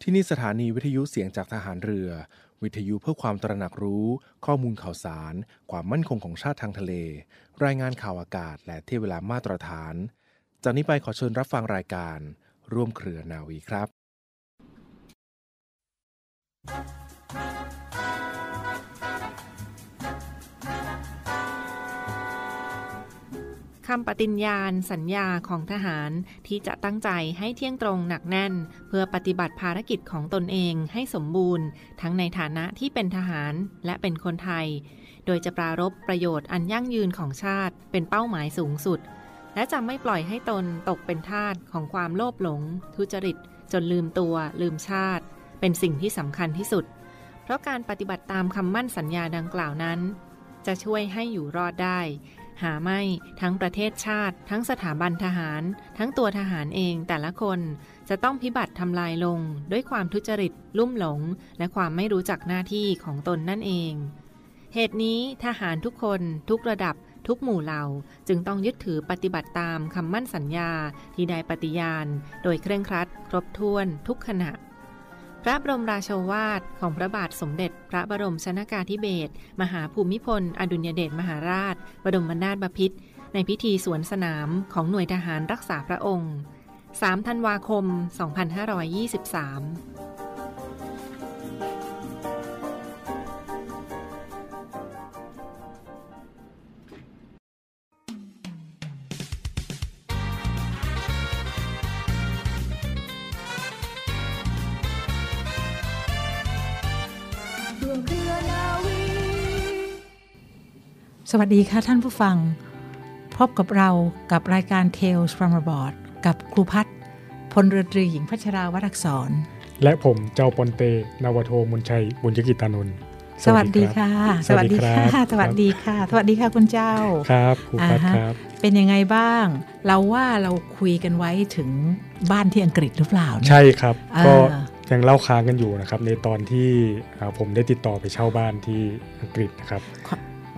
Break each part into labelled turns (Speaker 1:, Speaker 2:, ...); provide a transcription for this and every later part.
Speaker 1: ที่นี่สถานีวิทยุเสียงจากทหารเรือ วิทยุเพื่อความตระหนักรู้ ข้อมูลข่าวสาร ความมั่นคงของชาติทางทะเล รายงานข่าวอากาศ และเที่ยวเวลามาตรฐาน จากนี้ไปขอเชิญรับฟังรายการ ร่วมเครือนาวีครับ
Speaker 2: คำปฏิญญาณสัญญาของทหารที่จะตั้งใจให้เที่ยงตรงหนักแน่น เพื่อปฏิบัติภารกิจของตนเองให้สมบูรณ์ ทั้งในฐานะที่เป็นทหารและเป็นคนไทย โดยจะปรารบประโยชน์อันยั่งยืนของชาติเป็นเป้าหมายสูงสุด และจะไม่ปล่อยให้ตนตกเป็นทาสของความโลภหลง ทุจริต จนลืมตัว ลืมชาติ เป็นสิ่งที่สำคัญที่สุด เพราะการปฏิบัติตามคำมั่นสัญญาดังกล่าวนั้น จะช่วยให้อยู่รอดได้ หาไม่ทั้งประเทศชาติ ทั้งสถาบันทหาร ทั้งตัวทหารเองแต่ละคน จะต้องพิบัติทำลายลง ด้วยความทุจริต ลุ่มหลง และความไม่รู้จักหน้าที่ของตนนั่นเอง เหตุนี้ทหารทุกคน ทุกระดับ ทุกหมู่เหล่า จึงต้องยึดถือปฏิบัติตามคำมั่นสัญญาที่ได้ปฏิญาณ โดยเคร่งครัด ครบถ้วน ทุกขณะ พระบรมราโชวาทของพระบาทสมเด็จ พระบรมชนากาธิเบศรมหาภูมิพล อดุลยเดชมหาราช บรมนาถบพิตรในพิธีสวนสนามของหน่วยทหารรักษาพระองค์ 3 ธันวาคม 2523
Speaker 3: รวมเครือนาวี
Speaker 4: สวัสดีค่ะท่านผู้ฟัง พบกับเรากับรายการ Tales from Aboard กับครูพัฒน์พลเรือตรีหญิงพัชราวรักษร
Speaker 5: และผมเจ้าปอนเต นาวาโทมุนชัย บุญยกิจตานนท์
Speaker 4: สวัสดีค่ะ
Speaker 5: สวัสดีครับ
Speaker 4: สวัสดีค่ะ สวัสดีค่ะคุณเจ้า
Speaker 5: ครับครูพัด
Speaker 4: อ่าฮะ
Speaker 5: ครับ
Speaker 4: เป็นยังไงบ้าง เราว่าเราคุยกันไว้ถึงบ้านที่อังกฤษหรือเปล่าเนี่ย
Speaker 5: ใช่ครับ
Speaker 4: อ่า
Speaker 5: ก็ยังเล่าค้างกันอยู่นะครับ ในตอนที่อ่าผมได้ติดต่อไปเช่าบ้านที่อังกฤษนะครับ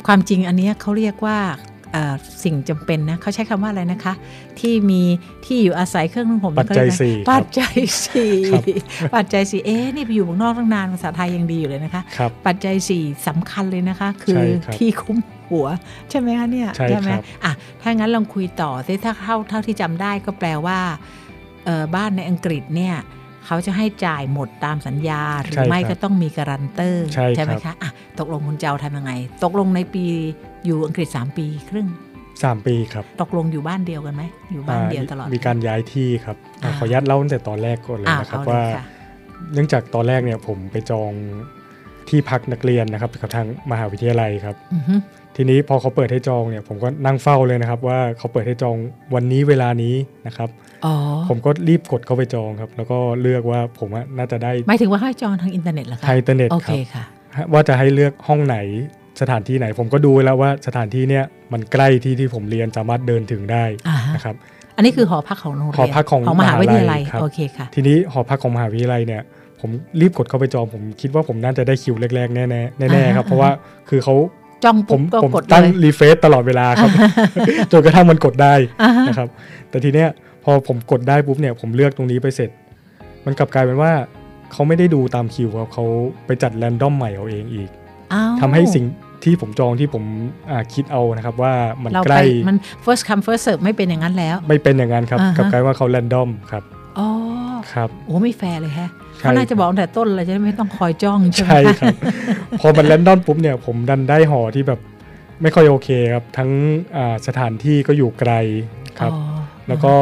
Speaker 4: ความจริงอันเนี้ยเขาเรียกว่าเอ่อสิ่งจำเป็นนะเขาใช้คำว่าอะไรนะคะ ที่มีที่อยู่อาศัยเครื่องนุ่งห่ม
Speaker 5: ปัจจัย
Speaker 4: เขาเรีกนะ
Speaker 5: สี่ครับ
Speaker 4: ปัจจัยสี่
Speaker 5: ครับ
Speaker 4: ปัจจัยสี่เอ๊ะนี่ไปอยู่เมืองนอกตั้งนานภาษาไทยยังดีอยู่เลยนะคะ
Speaker 5: ครับ
Speaker 4: ปัจจัยสี่สำคัญเลยนะคะ คือ
Speaker 5: ใช่ครับ
Speaker 4: ที่คุ้มหัว ใช่ไหมคะเนี่ย
Speaker 5: ใช่
Speaker 4: ไหม
Speaker 5: ครับ
Speaker 4: อ่ะถ้างั้นลองคุยต่อสิถ้าเท่าเท่าที่จำได้ก็แปลว่าเอ่อบ้านในอังกฤษเนี่ยเขาจะให้จ่ายหมดตามสัญญา หรือ
Speaker 5: ใช่
Speaker 4: ไม่
Speaker 5: ครับ
Speaker 4: ก็ต้องมีการันเตอร์
Speaker 5: ใช่
Speaker 4: ไหม
Speaker 5: ครั
Speaker 4: คะ
Speaker 5: บ
Speaker 4: อ่ะตกลงคุณเจ้าทำยังไง ตกลงในปีอยู่อังกฤษ 3 ปีครึ่ง
Speaker 5: สามปีครับ
Speaker 4: ตกลงอยู่บ้านเดียวกันไหมอยู่บ้านเดียวตลอด
Speaker 5: มีการย้ายที่ครับอ่า
Speaker 4: อ่า
Speaker 5: ขออนุญาตเล่าตั้งแต่ตอนแรกก่อนเลย
Speaker 4: อ่ะ
Speaker 5: นะครับ
Speaker 4: เอาเลย
Speaker 5: ว่า
Speaker 4: ค่ะ
Speaker 5: เนื่องจากตอนแรกเนี่ยผมไปจองที่พักนักเรียนนะครับกับทางมหาวิทยาลัยครับ
Speaker 4: อือฮึ
Speaker 5: ทีนี้พอเขาเปิดให้จองเนี่ยผมก็นั่งเฝ้าเลยนะครับ ว่าเขาเปิดให้จองวันนี้เวลานี้นะครับ
Speaker 4: อ๋อ
Speaker 5: ผมก็รีบกดเข้าไปจองครับ แล้วก็เลือกว่าผมอะน่าจะได้
Speaker 4: หมายถึงว่าให้จองทางอินเทอร์เน็ตเหรอคะ
Speaker 5: ทางอินเทอร์เน็ต
Speaker 4: โอ
Speaker 5: ค
Speaker 4: เครับ ค่ะ
Speaker 5: ว่าจะให้เลือกห้องไหนสถานที่ไหน ผมก็ดูไว้แล้วว่าสถานที่เนี่ยมันใกล้ที่ที่ผมเรียนสามารถเดินถึงได้
Speaker 4: อ่าฮะ
Speaker 5: นะครับ
Speaker 4: อันนี้คือหอพักของโรงเรียน
Speaker 5: หอพักของ
Speaker 4: มหาวิทยาลัย
Speaker 5: มหาลัยครับ
Speaker 4: โอเคค่ะ
Speaker 5: ทีนี้หอพักของมหาวิทยาลัยเนี่ย ผมรีบกดเข้าไปจอง ผมคิดว่าผมน่าจะได้คิวแรกๆแน่ๆแน่ๆค
Speaker 4: อ่า
Speaker 5: รับ
Speaker 4: ฮะ
Speaker 5: เพราะว่าคือเขา
Speaker 4: จ้อง
Speaker 5: ผ
Speaker 4: ปุ๊บ
Speaker 5: ม
Speaker 4: ก็
Speaker 5: ผม
Speaker 4: กดเล
Speaker 5: ตั้ง
Speaker 4: ย
Speaker 5: รีเฟซตลอดเวลาครับ จนกระทั่งมันกดได้
Speaker 4: อ่าฮะ
Speaker 5: นะครับแต่ทีเนี้ยพอผมกดได้ปุ๊บเนี่ยผมเลือกตรงนี้ไปเสร็จ มันกลับกลายเป็นว่าเขาไม่ได้ดูตามคิวครับเขาไปจัดแรนดอมใหม่เอาเองอีก
Speaker 4: อ้าว
Speaker 5: ทำให้สิ่งที่ผมจองที่ผมอ่าคิดเอานะครับว่ามัน
Speaker 4: เรา
Speaker 5: ใก
Speaker 4: ไป
Speaker 5: ล้
Speaker 4: มัน first come first serve ไม่เป็นอย่างนั้นแล้ว
Speaker 5: ไม่เป็นอย่างนั้นครับ
Speaker 4: อ่าฮะ
Speaker 5: กลับกลายว่าเขาแรนดอมครับ
Speaker 4: อ๋อ
Speaker 5: ครับ
Speaker 4: โอ้ไม่แฟร์เลยแฮะ
Speaker 5: ใช่
Speaker 4: เขาน่าจะบอกตั้งแต่ต้นเลยจะได้ไม่ต้องคอยจ้องใช่ไหม
Speaker 5: ใช่ครับ พอมันแรนดอมปุ๊บเนี่ยผมดันได้หอที่แบบไม่ค่อยโอเคครับทั้งอ่าสถานที่ก็อยู่ไกลครับ
Speaker 4: อ๋อ
Speaker 5: แล้วก็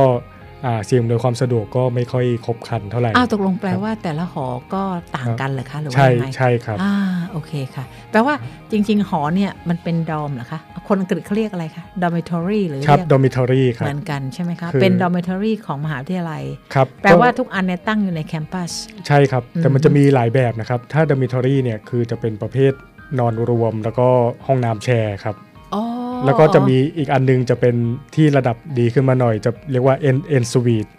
Speaker 5: อ่าสิ่งอำนวยความสะดวกก็ไม่ค่อยครบครันเท่าไหร่
Speaker 4: อ้าวตกลงแปลว่าแต่ละหอก็ต่างกันเหรอคะหรือว่า
Speaker 5: ใช่
Speaker 4: ยังไง
Speaker 5: ใช่ครับ
Speaker 4: อ่าโอเคค่ะ แปลว่าจริง ๆ หอเนี่ยมันเป็นดอมเหรอคะ คนอังกฤษเขาเรียกอะไรคะ dormitory หรือ
Speaker 5: ครับ
Speaker 4: เรียก
Speaker 5: dormitory ครั
Speaker 4: เห
Speaker 5: บ
Speaker 4: มือนกันใช่ไหมคะ
Speaker 5: คือ
Speaker 4: เป็น dormitory ของมหาวิทยาลัย
Speaker 5: ครับ
Speaker 4: แปลว่า
Speaker 5: ก็
Speaker 4: ทุกอันเนี่ยตั้งอยู่ในแคมปัส
Speaker 5: ใช่ครับ แต่มัน
Speaker 4: อืม
Speaker 5: จะมีหลายแบบนะครับ ถ้า dormitory เนี่ยคือจะเป็นประเภทนอนรวม แล้วก็ห้องน้ำแชร์ครับ
Speaker 4: อ๋อ
Speaker 5: แล้วก็จะมีอีกอันนึงจะเป็นที่ระดับดีขึ้นมาหน่อย จะเรียกว่า en en suite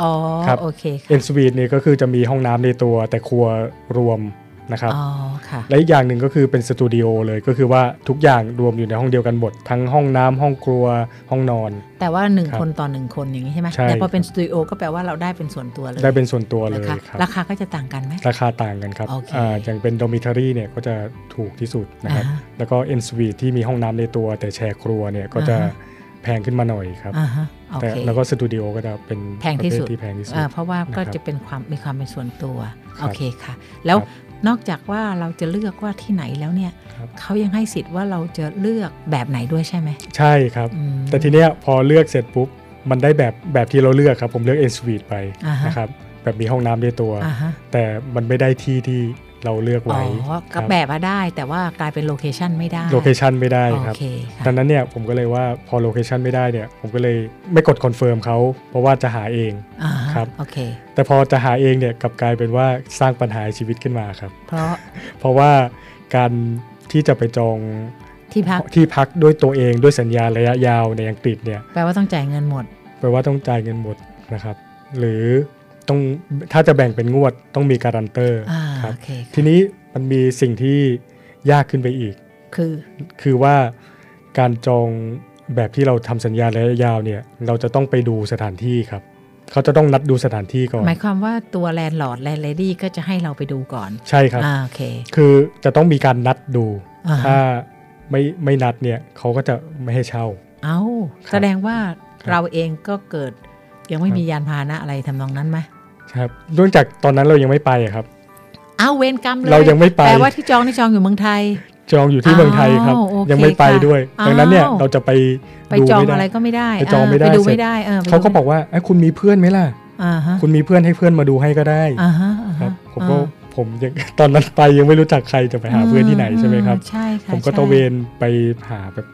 Speaker 4: อ๋อ
Speaker 5: ครับ
Speaker 4: โอเคค่ะ
Speaker 5: en suite เนี่ยก็คือจะมีห้องน้ำในตัวแต่ครัวรวม นะครับ
Speaker 4: อ๋อค่ะ
Speaker 5: และอีกอย่างหนึ่งก็คือเป็นสตูดิโอเลยก็คือว่าทุกอย่างรวมอยู่ในห้องเดียวกันหมด ทั้งห้องน้ำห้องครัวห้องนอน
Speaker 4: แต่ว่าหนึ่ง
Speaker 5: ครับ
Speaker 4: คนต่อหนึ่งคนอย่างนี้ใช่ไหม
Speaker 5: ใช่
Speaker 4: แต่พอเป็น
Speaker 5: ครับ
Speaker 4: สตูดิโอก็แปลว่าเราได้เป็นส่วนตัวเลย
Speaker 5: ได้เป็นส่วนตัวเลย
Speaker 4: นะ
Speaker 5: ค
Speaker 4: คะ
Speaker 5: รับ
Speaker 4: ราคาก็จะต่างกันไหม
Speaker 5: ราคาต่างกันครับ
Speaker 4: โอเค
Speaker 5: อาอย่างเป็นดอมิทารีเนี่ยก็จะถูกที่สุดนะครับ
Speaker 4: อ่าฮะ
Speaker 5: แล้วก็เอ็นสวีที่มีห้องน้ำในตัว แต่แชร์ครัวเนี่ยก็จะ
Speaker 4: อ่าฮะ
Speaker 5: แพงขึ้นมาหน่อยครับ
Speaker 4: อ่าฮะโอ
Speaker 5: แต่
Speaker 4: เค
Speaker 5: แล้วก็สตูดิโอก็จะเป็น
Speaker 4: แพงที่สุด
Speaker 5: ประเภทที่แพงที่สุด
Speaker 4: อ่าเพราะว่าก็
Speaker 5: นะครับ
Speaker 4: จะเป็นความมีความเป็นส่วนตัว
Speaker 5: ครับ
Speaker 4: โอเคค่ะ แล้ว
Speaker 5: ครับ
Speaker 4: นอกจากว่าเราจะเลือกว่าที่ไหนแล้วเนี่ย
Speaker 5: ครับ
Speaker 4: เขายังให้สิทธิ์ว่าเราจะเลือกแบบไหนด้วยใช่ไหม
Speaker 5: ใช่ครับ
Speaker 4: อืม
Speaker 5: แต่ทีเนี้ยพอเลือกเสร็จปุ๊บ มันได้แบบแบบที่เราเลือกครับ ผมเลือกเอ็นสวีไป
Speaker 4: อ่าฮะ
Speaker 5: นะครับแบบมีห้องน้ำในตัว
Speaker 4: อ่าฮะ
Speaker 5: แต่มันไม่ได้ที่ที่เราเลือก
Speaker 4: อ๋
Speaker 5: ไว้
Speaker 4: อกับแบบอะได้แต่ว่ากลายเป็นโลเคชันไม่ได้
Speaker 5: โลเคชันไม่ได้
Speaker 4: โอ
Speaker 5: ครับ
Speaker 4: เคค่ะ
Speaker 5: ดังนั้นเนี่ยผมก็เลยว่าพอโลเคชันไม่ได้เนี่ยผมก็เลยไม่กดคอนเฟิร์มเขาเพราะว่าจะหาเอง
Speaker 4: อ่าฮะ
Speaker 5: ครับ
Speaker 4: โอเค
Speaker 5: แต่พอจะหาเองเนี่ยกลับกลายเป็นว่าสร้างปัญหาชีวิตขึ้นมาครับ
Speaker 4: เพราะ
Speaker 5: เพราะว่าการที่จะไปจอง
Speaker 4: ที่พัก
Speaker 5: ที่พักด้วยตัวเองด้วยสัญญาระยะยาวในอังกฤษเนี่ย
Speaker 4: แปลว่าต้องจ่ายเงินหมด
Speaker 5: แปลว่าต้องจ่ายเงินหมดนะครับ หรือต้องถ้าจะแบ่งเป็นงวดต้องมีการันเตอร์
Speaker 4: อ่า
Speaker 5: ครับ
Speaker 4: โอเค
Speaker 5: ทีนี้มันมีสิ่งที่ยากขึ้นไปอีก
Speaker 4: คือ
Speaker 5: คือว่าการจองแบบที่เราทำสัญญาระยะยาวเนี่ยเราจะต้องไปดูสถานที่ครับ เขาจะต้องนัดดูสถานที่ก่อน
Speaker 4: หมายความว่าตัวแลนด์ลอร์ดแลนด์เลดี้ก็จะให้เราไปดูก่อน
Speaker 5: ใช่ครับ
Speaker 4: อ่าโอเค
Speaker 5: คือจะต้องมีการนัดดู
Speaker 4: อ่าฮะ
Speaker 5: ถ้าไม่ไม่นัดเนี่ยเขาก็จะไม่ให้เช่า
Speaker 4: เอา
Speaker 5: ครับ
Speaker 4: แสดงว่า
Speaker 5: ครับ
Speaker 4: เราเองก็เกิดยังไม่
Speaker 5: ครับ
Speaker 4: มียานพาหนะอะไรทำนองนั้นไหม
Speaker 5: ครับเนื่องจากตอนนั้นเรายังไม่ไปอะครับ
Speaker 4: เอาเวรกรรมเลย
Speaker 5: เรายังไม่ไป
Speaker 4: แปลว่าที่จองนี่จองอยู่เมืองไทย
Speaker 5: จองอยู่ที่เมืองไทยครับ
Speaker 4: อ้าวโอเค
Speaker 5: ยังไม่ไป
Speaker 4: ค่ะ
Speaker 5: ด้วย ดังนั้นเนี่ย
Speaker 4: อ้าว
Speaker 5: เราจะไป
Speaker 4: ไป
Speaker 5: ดู
Speaker 4: จอง
Speaker 5: ม่ด้
Speaker 4: อะไรก็ไม่ได้
Speaker 5: ไปจองไม่ได้
Speaker 4: เดู
Speaker 5: เสร็จ
Speaker 4: ไม่ได้เออไปดู
Speaker 5: เขาก็บอกว่าไอ้ยคุณมีเพื่อนไหมล่ะ
Speaker 4: อ่าฮะ
Speaker 5: คุณมีเพื่อนให้เพื่อนมาดูให้ก็ได้
Speaker 4: อ่าฮะอ่า
Speaker 5: ครั
Speaker 4: ฮะ
Speaker 5: บผมก็ผมยัง ตอนนั้นไปยังไม่รู้จักใครจะไปหาเพื่อนที่ไหนใช่ไหมครับ
Speaker 4: ใช่ค่ะ
Speaker 5: ผมก็
Speaker 4: ใช่
Speaker 5: ตระเวนไปหาแบบ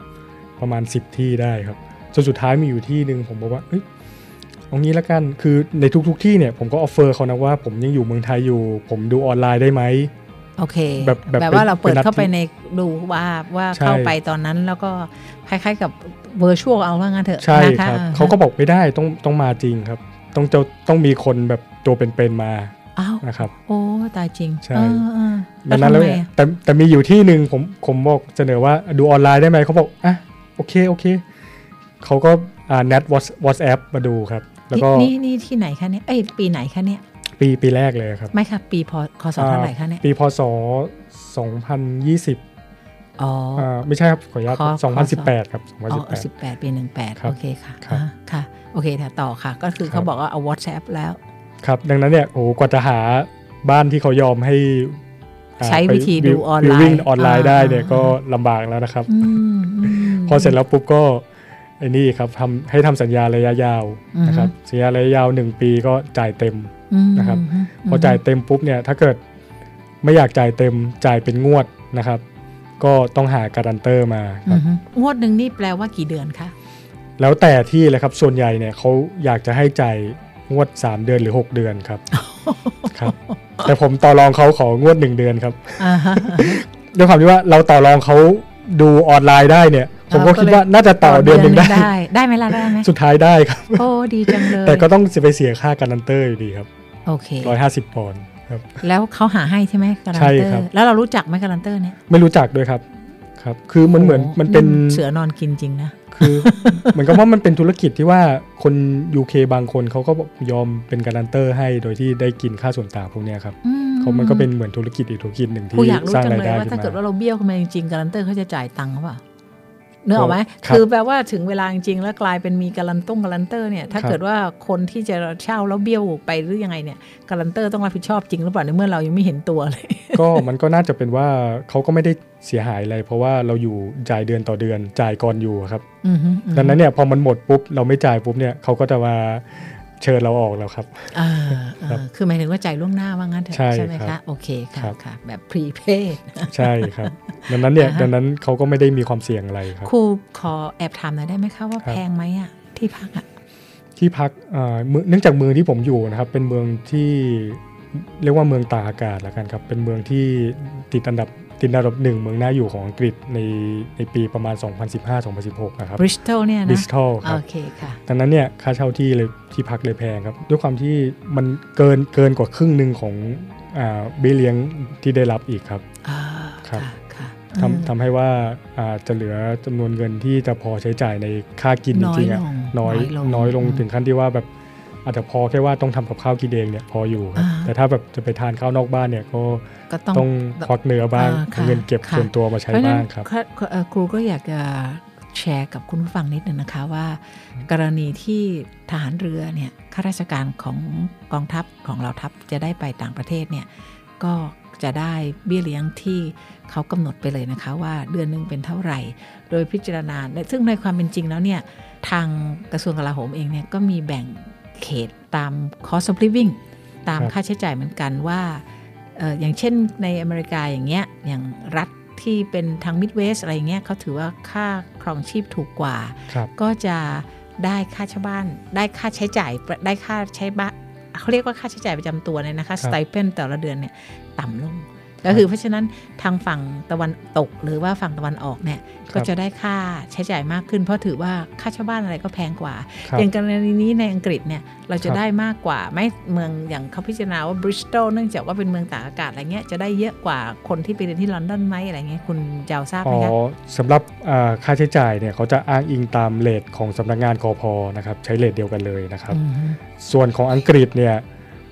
Speaker 5: ประมาณ 10 ที่ได้ครับจนสุดท้ายมีอยู่ที่หนึ่งผมบอกว่าเอ้ยเอางี้ละกันคือในทุกๆทที่เนี่ยผมก็ออฟเฟอร์เขานะว่าผมยังอยู่เมืองไทยอยู่ ผมดูออนไลน์ได้ไหม
Speaker 4: โอเค
Speaker 5: แบบแบบ
Speaker 4: ว่าเราเปิด
Speaker 5: เป็นนัด
Speaker 4: เข้าไปในดูว่าว่า
Speaker 5: ใช่
Speaker 4: เข้าไปตอนนั้นแล้วก็คล้ายๆกับเวอร์ชวลเอาว่างั้นเถอะ
Speaker 5: ใช่
Speaker 4: นะครับ อ่ฮะ
Speaker 5: เขาก็บอกไม่ได้ต้องต้องมาจริงครับ ต้องจะต้องมีคนแบบตัวเป็นๆมา
Speaker 4: เอ้า
Speaker 5: นะครับ
Speaker 4: โอ้ตายจริง
Speaker 5: ใช่
Speaker 4: เออเออ
Speaker 5: ดังนั้นแล้ว
Speaker 4: ทำไง
Speaker 5: เนี่ย
Speaker 4: อะ
Speaker 5: แต่แต่มีอยู่ที่หนึ่งผมผมบอกเสนอว่าดูออนไลน์ได้ไหมเขาบอกอ่ะโอเคโอเคเขาก็อ่านัดวอทแอปมาดูครับ แล้วก็
Speaker 4: นี่นี่ที่ไหนคะเนี่ยเอ้ยปีไหนคะเนี่ย
Speaker 5: ปีปีแรกเลยครับ
Speaker 4: ไม่ค่ะ ปีพคศ
Speaker 5: อ่า
Speaker 4: เท่าไหร่คะเนี่ย
Speaker 5: ปีพศ 2020
Speaker 4: อ๋อ
Speaker 5: อ่าไม่ใช่ครับ ขออนุญาต
Speaker 4: ขอขอ
Speaker 5: 2018 ครับ
Speaker 4: อ๋อสิบแปดปีหนึ่งแปด
Speaker 5: ครับ
Speaker 4: โอเคค่ะ
Speaker 5: ครับ
Speaker 4: อ่าค่ะ โอเคแต่ะต่อค่ะ ก็คือ
Speaker 5: ครั
Speaker 4: เขา
Speaker 5: บ
Speaker 4: บอกว่าเอา WhatsApp แล้ว
Speaker 5: 2018 ครับ ดังนั้นเนี่ยโอ้โหกว่าจะหาบ้านที่เขายอมให้อ่า
Speaker 4: ใช้วิธี
Speaker 5: ป
Speaker 4: ดูออนไลน์
Speaker 5: วิววิ่งออนไลน์ได้เนี่ย
Speaker 4: อ่า
Speaker 5: ก็ลำบากแล้วนะครับ
Speaker 4: อืมม
Speaker 5: พอเสร็จแล้วปุ๊บก็ไอ้นี่ครับทำให้ทำสัญญาระยะยาว
Speaker 4: อือฮึ
Speaker 5: นะครับสัญญาระยะยาว 1 ปีก็จ่ายเต็ม
Speaker 4: อืม
Speaker 5: นะครับ
Speaker 4: ม
Speaker 5: พอจ่ายเต็มปุ๊บเนี่ยถ้าเกิดไม่อยากจ่ายเต็มจ่ายเป็นงวดนะครับ ก็ต้องหาการันเตอร์มาค
Speaker 4: อื
Speaker 5: รับ
Speaker 4: มงวดหนึ่งนี่แปลว่ากี่เดือนคะ
Speaker 5: แล้วแต่ที่เลยครับส่วนใหญ่เนี่ยเขาอยากจะให้จ่ายงวด 3 เดือนหรือ 6 เดือน ครับ ครับ แต่ผมต่อรองเขาของวด 1 เดือนครับ
Speaker 4: อ่าฮะ
Speaker 5: ด้วยความที่ว่าเราต่อรองเขาดูออนไลน์ได้เนี่ย ผมก็
Speaker 4: เราก็
Speaker 5: คิด
Speaker 4: เลย
Speaker 5: ว่าน่าจะต่อเดือนหนึ่งได้
Speaker 4: ได้ ได้ไหมล่ะได้ไหม
Speaker 5: สุดท้ายได้ครับ
Speaker 4: โอ้ดีจังเลย
Speaker 5: แต่ก็ต้องไปเสียค่าการันเตอร์อยู่ดีครับ
Speaker 4: โอเค
Speaker 5: 150ปอนด์ครับ
Speaker 4: แล้วเขาหาให้ใช่ไหมการัน
Speaker 5: ใช่
Speaker 4: เตอ
Speaker 5: ครับ
Speaker 4: ร์ แล้วเรารู้จักไหมการันเตอร์เนี่ย
Speaker 5: ไม่รู้จักด้วยครับครับ คือมันเหมือน
Speaker 4: โโ
Speaker 5: มันเป็น
Speaker 4: เสือนอนกินจริงนะ
Speaker 5: คือ เหมือนกับว่ามันเป็นธุรกิจที่ว่าคน UK บางคนเขาก็ยอมเป็นการันเตอร์ให้โดยที่ได้กินค่าส่วนต่างพวกเนี้ยครับ
Speaker 4: อื
Speaker 5: เขามันก็เป็นเหมือนธุรกิจอีกธุรกิจหนึ่งที่
Speaker 4: กูอยากรู้
Speaker 5: สร้าง
Speaker 4: จัง
Speaker 5: ราย
Speaker 4: เลย
Speaker 5: ได้
Speaker 4: ว่า
Speaker 5: ขึ้น
Speaker 4: ถ้าเกิด
Speaker 5: มา
Speaker 4: ว่าเราเบี้ยวขึ้นมาจริงๆการันเตอร์เขาจะจ่ายตังค์เขาเปล่าเนื้อออกไหม
Speaker 5: ครับ
Speaker 4: คือแปลว่าถึงเวลาจริงๆแล้วกลายเป็นมีการันต้งการันเตอร์เนี่ยถ้า
Speaker 5: ครับ
Speaker 4: เกิดว่าคนที่จะเช่าแล้วเบี้ยวไปหรือยังไงเนี่ยการันเตอร์ต้องรับผิดชอบจริงหรือเปล่าในเมื่อเรายังไม่เห็นตัวเลย
Speaker 5: ก็มันก็น่าจะเป็นว่าเขาก็ไม่ได้เสียหายอะไร เพราะว่าเราอยู่จ่ายเดือนต่อเดือนจ่ายก่อนอยู่ครับ
Speaker 4: อือฮึอือฮึ
Speaker 5: ดังนั้นเนี่ยพอมันหมดปุ๊บเราไม่จ่ายปุ๊บเนี่ยเขาก็จะมาเชิญเราออกแล้วครับ
Speaker 4: อ่าอ่าคือหมายถึงว่าจ่ายล่วงหน้าว่างั้นเถอะ
Speaker 5: ใช่
Speaker 4: ใช่ไหม
Speaker 5: ครั
Speaker 4: คะ
Speaker 5: บ
Speaker 4: โอเคค่ะ
Speaker 5: ครับ
Speaker 4: ค่ะแบบพรีเพด
Speaker 5: ใช่ครับ ดังนั้นเนี่ย
Speaker 4: อ่าฮะ
Speaker 5: ดังนั้นเขาก็ไม่ได้มีความเสี่ยงอะไรครับ
Speaker 4: ครูขอแอบถามหน่อยได้ไหมคะว่า
Speaker 5: ครับ
Speaker 4: แพงไหมอ่ะที่พักอ่ะ
Speaker 5: ที่พักเอ่อเมืองเนื่องจากเมืองที่ผมอยู่นะครับเป็นเมืองที่เรียกว่าเมืองตากอากาศแล้วกันครับเป็นเมืองที่ติดอันดับ ติดอันดับหนึ่งเมืองน่าอยู่ของอังกฤษในในปีประมาณ 2015-2016นะครับ
Speaker 4: บริสตอลเนี่ย
Speaker 5: บริ
Speaker 4: นะ
Speaker 5: สตอลครับ
Speaker 4: โอเคค่ะ
Speaker 5: ดังนั้นเนี่ยค่าเช่าที่เลยที่พักเลยแพงครับ ด้วยความที่มันเกินเกินกว่าครึ่งหนึ่งของอ่าเบี้ยเลี้ยงที่ได้รับอีกครับ
Speaker 4: อ่า
Speaker 5: ครับ
Speaker 4: ะค่ะ
Speaker 5: ทำทำให้ว่าอ่าจะเหลือจำนวนเงินที่จะพอใช้จ่ายในค่ากินจริงๆอะน้อยน้อยลงถึงขั้นที่ว่าแบบอาจจะพอแค่ว่าต้องทำกับข้าวกินเองเนี่ยพออยู่ครับแต่ถ้าแบบจะไปทานข้าวนอกบ้านเนี่ยก็
Speaker 4: ก็ต้อง
Speaker 5: ต้องควักเนื้อบ้าง
Speaker 4: อ่าค่ะ
Speaker 5: เงินเก็บ
Speaker 4: ค่ะ
Speaker 5: ส่วนตัวมาใช้
Speaker 4: เพราะฉะนั้
Speaker 5: บ้าง
Speaker 4: น
Speaker 5: ครับ
Speaker 4: ครูเอ่อครูก็อยากจะแชร์กับคุณผู้ฟังนิดหนึ่งนะคะว่า กรณีที่ทหารเรือเนี่ยข้าราชการของกองทัพของเราทัพจะได้ไปต่างประเทศเนี่ยก็จะได้เบี้ยเลี้ยงที่เขากำหนดไปเลยนะคะ ว่าเดือนหนึ่งเป็นเท่าไหร่ โดยพิจารณาและซึ่งในความเป็นจริงแล้วเนี่ยทางกระทรวงกลาโหมเองเนี่ยก็มีแบ่งเขตตาม cost of living ตาม
Speaker 5: ครับ
Speaker 4: ค่าใช้จ่ายเหมือนกันว่า เอ่ออย่างเช่นในอเมริกาอย่างเงี้ยอย่างรัฐที่เป็นทางมิดเวสอะไรอย่างเงี้ยเขาถือว่าค่าครองชีพถูกกว่า
Speaker 5: ครับ
Speaker 4: ก็จะได้ค่าเช่าบ้าน ได้ค่าใช้จ่ายได้ค่าใช้บ้านเขาเรียกว่าค่าใช้จ่ายประจำตัวเนี่ยนะคะสไตเปนแต่ละเดือนเนี่ยต่ำลง ก็คือเพราะฉะนั้นทางฝั่งตะวันตกหรือว่าฝั่งตะวันออกเนี่ยก็จะได้ค่าใช้จ่ายมากขึ้น เพราะถือว่าค่าเช่าบ้านอะไรก็แพงกว่า
Speaker 5: ครับ
Speaker 4: อย่างกรณีนี้ในอังกฤษเนี่ยเราจะ
Speaker 5: ครับ
Speaker 4: ได้มากกว่าไม่เมืองอย่างเขาพิจารณาว่าบริสตอลเนื่องจากว่าเป็นเมืองตากอากาศอะไรเงี้ยจะได้เยอะกว่าคนที่ไปเรียนที่ลอนดอนไหมอะไรเงี้ยคุณเจ้าทราบ
Speaker 5: อ๋
Speaker 4: ไหม
Speaker 5: อ
Speaker 4: คะ
Speaker 5: สำหรับอ่าค่าใช้จ่ายเนี่ยเขาจะอ้างอิงตามเลทของสำนักงานคอพอนะครับใช้เลทเดียวกันเลยนะครับ
Speaker 4: อืม
Speaker 5: ส่วนของอังกฤษเนี่ย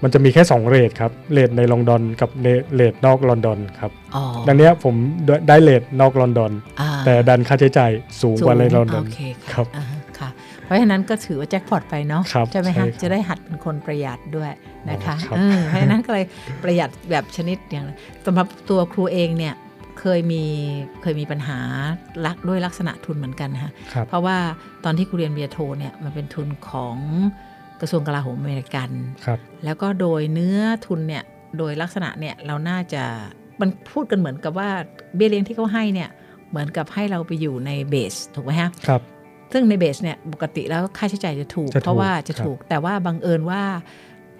Speaker 5: มันจะมีแค่ 2เลทครับเลทในลอนดอนกับเลทนอกลอนดอนครับ
Speaker 4: อ๋อ
Speaker 5: ดังเนี้ยผมได้เลทนอกลอนดอน
Speaker 4: อ่า
Speaker 5: แต่ดันค่าใช้จ่ายสูงกว่าในลอนดอน
Speaker 4: โอเคค
Speaker 5: ครั
Speaker 4: รั
Speaker 5: บบ
Speaker 4: ค่ะ เพราะฉะนั้นก็ถือว่าแจ็คพอตไปเนาะ
Speaker 5: ครับ
Speaker 4: ใช่ไหม
Speaker 5: ใช่ครั
Speaker 4: คะ
Speaker 5: บ
Speaker 4: จะได้หัดเป็นคนประหยัดด้วยนะคะ
Speaker 5: ครับ
Speaker 4: เออเพราะฉะนั้นก็เลยประหยัดแบบชนิดอย่างสำหรับตัวครูเองเนี่ยเคยมีเคยมีปัญหาลักด้วยลักษณะทุนเหมือนกันนะคะ
Speaker 5: ครับ
Speaker 4: เพราะว่าตอนที่กูเรียนเบียโทเนี่ยมันเป็นทุนของกระทรวงกลาโหมอเมริกัน
Speaker 5: ครับ
Speaker 4: แล้วก็โดยเนื้อทุนเนี่ยโดยลักษณะเนี่ยเราน่าจะมันพูดกันเหมือนกับว่าเบี้ยเลี้ยงที่เขาให้เนี่ยเหมือนกับให้เราไปอยู่ในเบสถูกไหมฮะ
Speaker 5: ครับ
Speaker 4: ซึ่งในเบสเนี่ยปกติแล้วค่าใช้จ่ายจะถูก
Speaker 5: จะถูก
Speaker 4: เพราะว่าจะ
Speaker 5: ครับ
Speaker 4: ถูกแต่ว่าบังเอิญว่า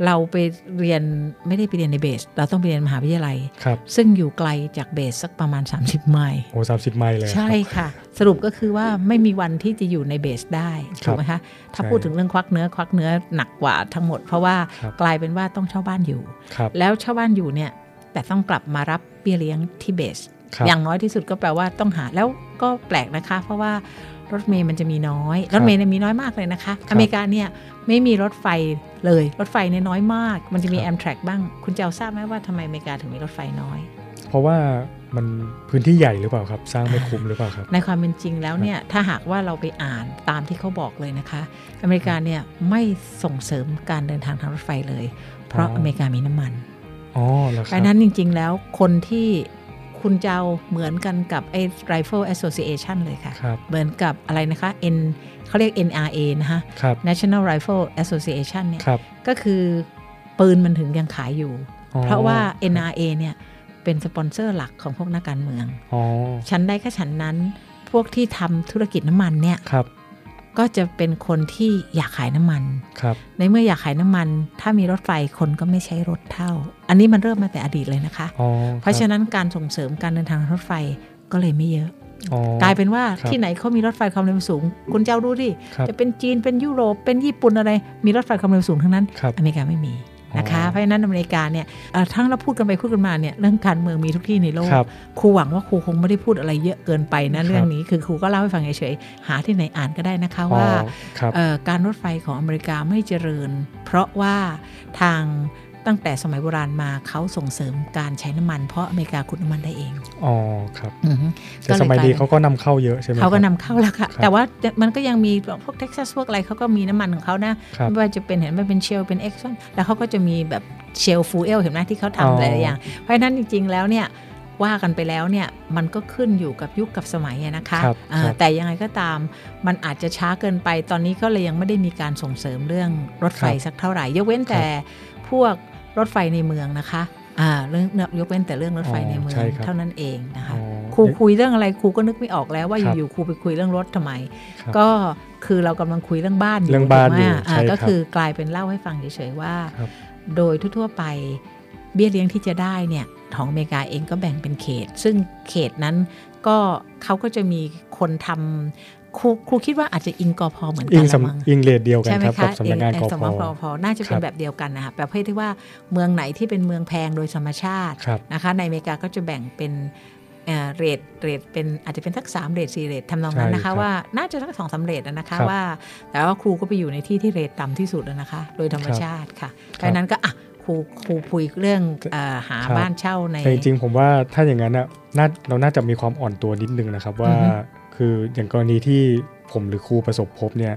Speaker 4: เราไปเรียนไม่ได้ไปเรียนในเบส เราต้องไปเรียนมหาวิทยาลัย
Speaker 5: ครับ
Speaker 4: ซึ่งอยู่ไกลจากเบสสักประมาณ 30 ไมล์
Speaker 5: โอ้สามสิบไมล์เลยครับ
Speaker 4: ใช่ค่ะ สรุปก็คือว่าไม่มีวันที่จะอยู่ในเบสได้
Speaker 5: ครั
Speaker 4: ถู
Speaker 5: บ
Speaker 4: กไหมคะถ้า
Speaker 5: ใช่
Speaker 4: พูดถึงเรื่องควักเนื้อควักเนื้อหนักกว่าทั้งหมด เพราะว่า
Speaker 5: ครับ
Speaker 4: กลายเป็นว่าต้องเช่าบ้านอยู่
Speaker 5: ครับ
Speaker 4: แล้วเช่าบ้านอยู่เนี่ยแต่ต้องกลับมารับเบี้ยเลี้ยงที่เบส
Speaker 5: ครับ
Speaker 4: อย่างน้อยที่สุดก็แปลว่าต้องหาแล้วก็แปลกนะคะ เพราะว่ารถเมย์มันจะมีน้อย รถเมย์เนี่ยมีน้อยมากเลยนะคะ
Speaker 5: ค
Speaker 4: อ
Speaker 5: รับ
Speaker 4: เมริกาเนี่ยไม่มีรถไฟเลยรถไฟเนี่ยน้อยมาก มันจะมี
Speaker 5: ครั
Speaker 4: แอบ มแทร็กบ้างคุณเจ้าทราบไหมว่าทำไมอเมริกาถึงมีรถไฟน้อย
Speaker 5: เพราะว่ามันพื้นที่ใหญ่หรือเปล่าครับ สร้างไม่คุ้มหรือเปล่าครับ
Speaker 4: ในความเป็นจริงแล้วเนี่ยถ้าหากว่าเราไปอ่านตามที่เขาบอกเลยนะคะ อเมริกาเนี่ยไม่ส่งเสริมการเดินทางทางรถไฟเลย เพราะ
Speaker 5: อ๋ออ
Speaker 4: อเมริกามีน้ำมัน
Speaker 5: อ๋อเหรอค
Speaker 4: เพ
Speaker 5: รั
Speaker 4: ราะ
Speaker 5: บ
Speaker 4: ฉะนั้นจริง ๆ แล้วคนที่คุณเจ้าเหมือนกันกับไอ้ Rifle Association เลยค่ะ
Speaker 5: ครับ
Speaker 4: เหมือนกับอะไรนะคะ N เขาเรียก NRA นะคะ
Speaker 5: ครับ
Speaker 4: National Rifle Association เนี่ย
Speaker 5: ครับ
Speaker 4: ก็คือปืนมันถึงยังขายอยู่
Speaker 5: อ๋อ
Speaker 4: เพราะว่า NRA เนี่ยเป็นสปอนเซอร์หลักของพวกนักการเมือง
Speaker 5: อ๋อ
Speaker 4: ชั้นใดก็ชั้นนั้น พวกที่ทำธุรกิจน้ำมันเนี่ย
Speaker 5: ครับ
Speaker 4: ก็จะเป็นคนที่อยากขายน้ำมัน
Speaker 5: ครับ
Speaker 4: ในเมื่ออยากขายน้ำมัน ถ้ามีรถไฟคนก็ไม่ใช้รถเท่า อันนี้มันเริ่มมาแต่อดีตเลยนะคะ
Speaker 5: อ๋อ
Speaker 4: เพราะฉะ
Speaker 5: น
Speaker 4: นั้นการส่งเสริมการเดินทางรถไฟก็เลยไม่เยอะ
Speaker 5: อ๋อ
Speaker 4: กลายเป็นว่า
Speaker 5: ครับ
Speaker 4: ที่ไหนเขามีรถไฟความเร็วสูง คุณเจ้ารู้ดิ
Speaker 5: ครับ
Speaker 4: จะเป็นจีนเป็นยุโรปเป็นญี่ปุ่นอะไร มีรถไฟความเร็วสูงทั้งนั้น
Speaker 5: ครับ
Speaker 4: อเมริกาไม่มีนะคะ
Speaker 5: อ๋อ
Speaker 4: เพราะฉะนั้นอเมริกาเนี่ยเอ่อทั้งเราพูดกันไปพูดกันมาเนี่ยเรื่องการเมืองมีทุกที่ในโลก
Speaker 5: ครับ
Speaker 4: ครูหวังว่าครูคงไม่ได้พูดอะไรเยอะเกินไปนะเรื่องนี้คือครูก็เล่าให้ฟังเฉยๆหาที่ไหนอ่านก็ได้นะคะว่า
Speaker 5: อ๋อครับ
Speaker 4: เอ่อการรถไฟของอเมริกาไม่เจริญ เพราะว่าทางตั้งแต่สมัยโบราณมาเขาส่งเสริมการใช้น้ำมันเพราะอเมริกาขุดน้ำมันได้เอง
Speaker 5: อ๋อครับ
Speaker 4: อือฮึ
Speaker 5: แต่
Speaker 4: ล
Speaker 5: สมัย
Speaker 4: กล
Speaker 5: นี้
Speaker 4: ป็น
Speaker 5: เขาก็นำเข้าเยอะใช่ไหม
Speaker 4: เขาก็
Speaker 5: ครับ
Speaker 4: นำเข้าแล้วค่ะ
Speaker 5: ครับ
Speaker 4: แต่ว่ามันก็ยังมีพวกเท็กซัสพวกอะไรเขาก็มีน้ำมันของเขานะครับ ไม่ว่าจะเป็นเห็นไหมเป็นเชลเป็นเอ็กซอนแล้วเขาก็จะมีแบบเชลฟูเอลเห็นไหมที่เขา
Speaker 5: อ๋อ
Speaker 4: ทำหลายๆอย่าง เพราะฉะนั้นจริงๆแล้วเนี่ยว่ากันไปแล้วเนี่ยมันก็ขึ้นอยู่กับยุคกับสมัยอะนะคะ
Speaker 5: ครับ
Speaker 4: อ่า
Speaker 5: ครับ
Speaker 4: แต่ยังไงก็ตามมันอาจจะช้าเกินไปตอนนี้ก็เลยยังไม่ได้มีการส่งเสริมเรื่องรถไฟ
Speaker 5: ครับ
Speaker 4: สักเท่าไหร่ ยกเว้นแต่พวกรถไฟในเมืองนะคะอ่าเรื่องยกเว้นแต่เรื่องรถไฟในเมือ
Speaker 5: อ๋
Speaker 4: ง
Speaker 5: อใช่ครับ
Speaker 4: เท่านั้นเองนะคะ
Speaker 5: อ๋อ
Speaker 4: ครูคุยเรื่องอะไรครูก็นึกไม่ออกแล้วว่า
Speaker 5: ครับ
Speaker 4: อยู่ๆครูไปคุยเรื่องรถทำไม
Speaker 5: ครับ
Speaker 4: ก็คือเรากำลังคุยเรื่องบ้านอยู่
Speaker 5: เรื่องบ้านอยู่
Speaker 4: ถูกไหมอ่ะ
Speaker 5: ใช่ครับ
Speaker 4: ก็คือกลายเป็นเล่าให้ฟังเฉยๆว่า
Speaker 5: ครับ
Speaker 4: โดยทั่วๆไป เบี้ยเลี้ยงที่จะได้เนี่ยของอเมริกาเองก็แบ่งเป็นเขต ซึ่งเขตนั้นก็เขาก็จะมีคนทำครูครูคิดว่าอาจจะอิงกอพอเหมือน
Speaker 5: อิ
Speaker 4: กั
Speaker 5: ง
Speaker 4: นละมั้ง
Speaker 5: สำอิงเลดเดียวกัน
Speaker 4: ใช่ไหม
Speaker 5: ครับ
Speaker 4: คะ
Speaker 5: กับสำนักงาน
Speaker 4: เอก สำนัก
Speaker 5: พ
Speaker 4: งานกพน่าจะเป็
Speaker 5: ครั
Speaker 4: น
Speaker 5: บ
Speaker 4: แบบเดียวกันนะคะประเภทที่ว่าเมืองไหนที่เป็นเมืองแพงโดยธรรมชาติ
Speaker 5: ครับ
Speaker 4: นะคะ ในอเมริกาก็จะแบ่งเป็นเอ่อเรทเรทเป็นอาจจะเป็นทักสามเรทสี่เรททำนองนั้นนะ
Speaker 5: ใช่ครั
Speaker 4: คะ
Speaker 5: บ
Speaker 4: ว่าน่าจะทั้งสองสามเรทอะนะคะ
Speaker 5: ครับ
Speaker 4: ว่า แต่ว่าครูก็ไปอยู่ในที่ที่เรทต่ำที่สุดอะนะคะ โดยธรรมชาติค่ะเพราะฉะนั้นก็อ่ะครูครูคุยเรื่องเอ่อหา
Speaker 5: ครับ
Speaker 4: บ้านเช่าใน
Speaker 5: แต่จริงๆผมว่าถ้าอย่างนั้นน่ะน่าเราน่าจะมีความอ่อนตัวนิดนึงนะครับ ว่า
Speaker 4: อือฮึ
Speaker 5: คืออย่างกรณีที่ผมหรือครูประสบพบเนี่ย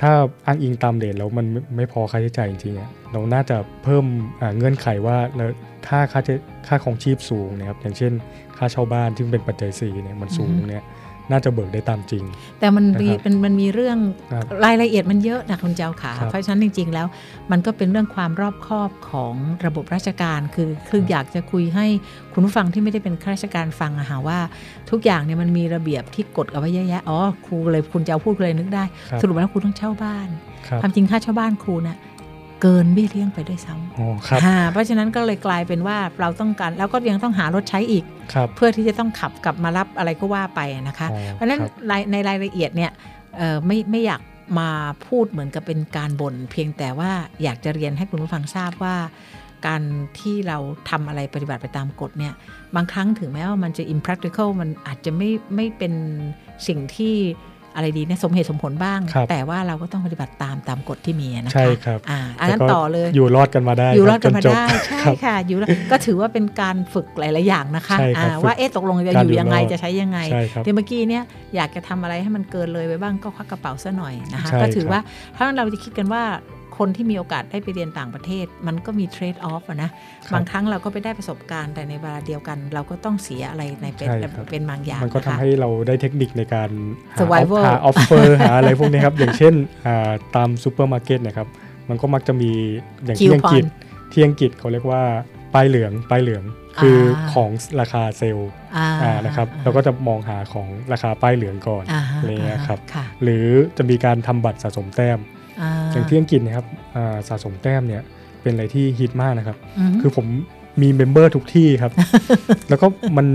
Speaker 5: ถ้าอ้างอิงตามเดทแล้วมันไม่ไม่พอค่าใช้จ่ายจริงๆอะเราน่าจะเพิ่มอ่าเงื่อนไขว่าแล้วถ้าค่าใช้ค่าของชีพสูงนะครับอย่างเช่น ค่าเช่าบ้านที่เป็นปัจจัยสี่เนี่ยมันสูงเนี่ยน่าจะเบิกได้ตามจริง
Speaker 4: แต่มันมี
Speaker 5: นะครับ
Speaker 4: มันมันมีเรื่อง
Speaker 5: ครับ
Speaker 4: รายละเอียดมันเยอะนะคุณเจ้าขา
Speaker 5: ครับ
Speaker 4: เพราะฉะนั้นจริง ๆ แล้ว มันก็เป็นเรื่องความรอบคอบของระบบราชการคือคือ
Speaker 5: ครับ
Speaker 4: อยากจะคุยให้คุณผู้ฟังที่ไม่ได้เป็นข้าราชการฟังอะค่ะว่า ทุกอย่างเนี่ยมันมีระเบียบที่กฎเอาไว้เยอะแยะอ๋อครูเลยคุณเจ้าพูดเลยนึกได้
Speaker 5: ครับ
Speaker 4: สรุปแล้วครูต้องเช่าบ้าน
Speaker 5: ครับ
Speaker 4: ความจริงค่าเช่าบ้านครูน่ะเกินเบี้ยเลี้ยงไปด้วยซ้
Speaker 5: อ๋อ
Speaker 4: ำ
Speaker 5: ครับ
Speaker 4: อ่าเพราะฉะนั้นก็เลยกลายเป็นว่าเราต้องการแล้วก็ยังต้องหารถใช้อีก
Speaker 5: ครับ
Speaker 4: เพื่อที่จะต้องขับกลับมารับอะไรก็ว่าไปนะคะ
Speaker 5: อ๋อ
Speaker 4: เพราะฉะนั้น
Speaker 5: ครับ
Speaker 4: รายในรายละเอียดเนี่ยเอ่อไม่ไม่อยากมาพูดเหมือนกับเป็นการบ่นเพียงแต่ว่าอยากจะเรียนให้คุณผู้ฟังทราบว่า การที่เราทำอะไรปฏิบัติไปตามกฎเนี่ยบางครั้งถึงแม้ว่ามันจะ impractical มันอาจจะไม่ไม่เป็นสิ่งที่อะไรดีนะสมเหตุสมผลบ้าง
Speaker 5: ครับ
Speaker 4: แต่ว่าเราก็ต้องปฏิบัติตามตามกฎที่มีนะคะ
Speaker 5: ใช่ครับ
Speaker 4: อ่าอันนั้น
Speaker 5: แก็
Speaker 4: ต่อเลย
Speaker 5: อยู่รอดกันมาได้
Speaker 4: อยู่รอด
Speaker 5: ค
Speaker 4: กัน
Speaker 5: บ
Speaker 4: มา
Speaker 5: จจบ
Speaker 4: ได้ใช่
Speaker 5: ครับ
Speaker 4: ค่ะอยู่รอดก็ถือว่าเป็นการฝึกหลาย ๆ อย่างนะคะ
Speaker 5: ใช่ครับ
Speaker 4: อ่า
Speaker 5: ฝึก
Speaker 4: ว่าเอ๊ะตกลงจะ
Speaker 5: การ
Speaker 4: อ
Speaker 5: อยู่
Speaker 4: ยู่ยังไง
Speaker 5: รอด
Speaker 4: จะใช้ยังไง
Speaker 5: ใช่ครับ
Speaker 4: ที่เมื่อกี้เนี่ยอยากจะทำอะไรให้มันเกินเลยไปบ้างก็ควักกระเป๋าซะหน่อยนะคะ
Speaker 5: ใช่
Speaker 4: ก็ถือ
Speaker 5: ครับ
Speaker 4: ว่าถ้าเราจะคิดกันว่าคนที่มีโอกาสได้ไปเรียนต่างประเทศ มันก็มีเทรดออฟนะบางครั้งเราก็ไปได้ประสบการณ์แต่ในเวลาเดียวกัน เราก็ต้องเสียอะไรในเป็น
Speaker 5: ใช่ครับ
Speaker 4: เป็นบางอย่าง
Speaker 5: มันก็
Speaker 4: นะ
Speaker 5: ทำ
Speaker 4: คะ
Speaker 5: ให้เราได้เทคนิคในการหา
Speaker 4: Survival
Speaker 5: หาออฟเฟอร์ หาอะไรพวกนี้ครับ อย่างเช่นอ่าตามซูเปอร์มาร์เก็ตเนะครับมันก็มักจะมีอย่างที่อังกฤษ
Speaker 4: Coupon
Speaker 5: ที่อังกฤษเขาเรียกว่าป้ายเหลืองป้ายเหลือง คือของราคาเซลล์
Speaker 4: อ่า
Speaker 5: อ่านะครับเราก็จะมองหาของราคาป้ายเหลืองก่อน
Speaker 4: อ่าฮะ
Speaker 5: อะไรเงี้ยครับ
Speaker 4: ค่ะ
Speaker 5: หรือจะมีการทำบัตรสะสมแต้ม
Speaker 4: อ่า
Speaker 5: อย่างที่อังกฤษนะครับอ่าสะสมแต้มเนี่ยเป็นอะไรที่ฮิตมากนะครับ
Speaker 4: ม
Speaker 5: คือผมมีเมมเบอร์ทุกที่ ครับ แล้วก็มัน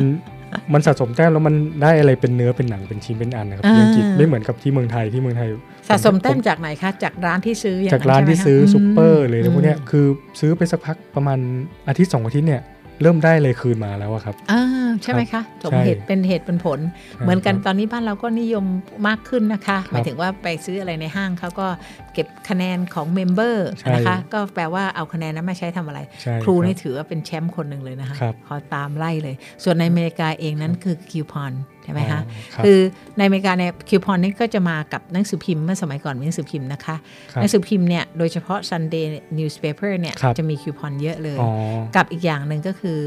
Speaker 5: มันสะสมแต้มแล้วมันได้อะไรเป็นเนื้อเป็นหนังเป็นชิ้นเป็นอันนะครับ
Speaker 4: อ่า
Speaker 5: ที่อังกฤษไม่เหมือนกับที่เมืองไทยที่เมืองไทย
Speaker 4: สะสมแต้มจากไหนคะจากร้านที่ซื้ออย่ง
Speaker 5: จากร้าน
Speaker 4: ใช่ไหม
Speaker 5: ที่ซื้อ
Speaker 4: คะ
Speaker 5: ซูเปอร์หรืออะไร
Speaker 4: ม
Speaker 5: พวกเนี้ยคือซื้อไปสักพักประมาณอาทิตย์สองอาทิตย์เนี่ยเริ่มได้เลยคืนมาแล้วอะครับ
Speaker 4: อ่าใช่ไหมคะสมเหตุเป็นเหตุเป็นผล เหมือนกันตอนนี้บ้านเราก็นิยมมากขึ้นนะคะหมายถึงว่าไปซื้ออะไรในห้างเขาก็เก็บคะแนนของเมมเบอร์
Speaker 5: ใช่
Speaker 4: นะคะก็แปลว่าเอาคะแนนนั้นมาใช้ทำอะไร
Speaker 5: ใช่
Speaker 4: ครู
Speaker 5: บ
Speaker 4: นี่ถือว่าเป็นแชมป์คนหนึ่งเลยนะคะ
Speaker 5: ครับ
Speaker 4: ขอตามไล่เลย ส่วนในอเมริกาเองนั้นคือคิวพอนใช่ไหมคะ
Speaker 5: รับ
Speaker 4: คือในอเมริกาเนี่ยคิวพอนนี่ก็จะมากับหนังสือพิมพ์เมื่อสมัยก่อนมีหนังสือพิมพ์นะคะ
Speaker 5: ครับ
Speaker 4: หนังสือพิมพ์เนี่ยโดยเฉพาะ Sunday newspaper เนี่ย
Speaker 5: ครับ
Speaker 4: จะมีคิวพอนเยอะเลย
Speaker 5: อ๋อ
Speaker 4: กับอีกอย่างหนึ่งก็คือ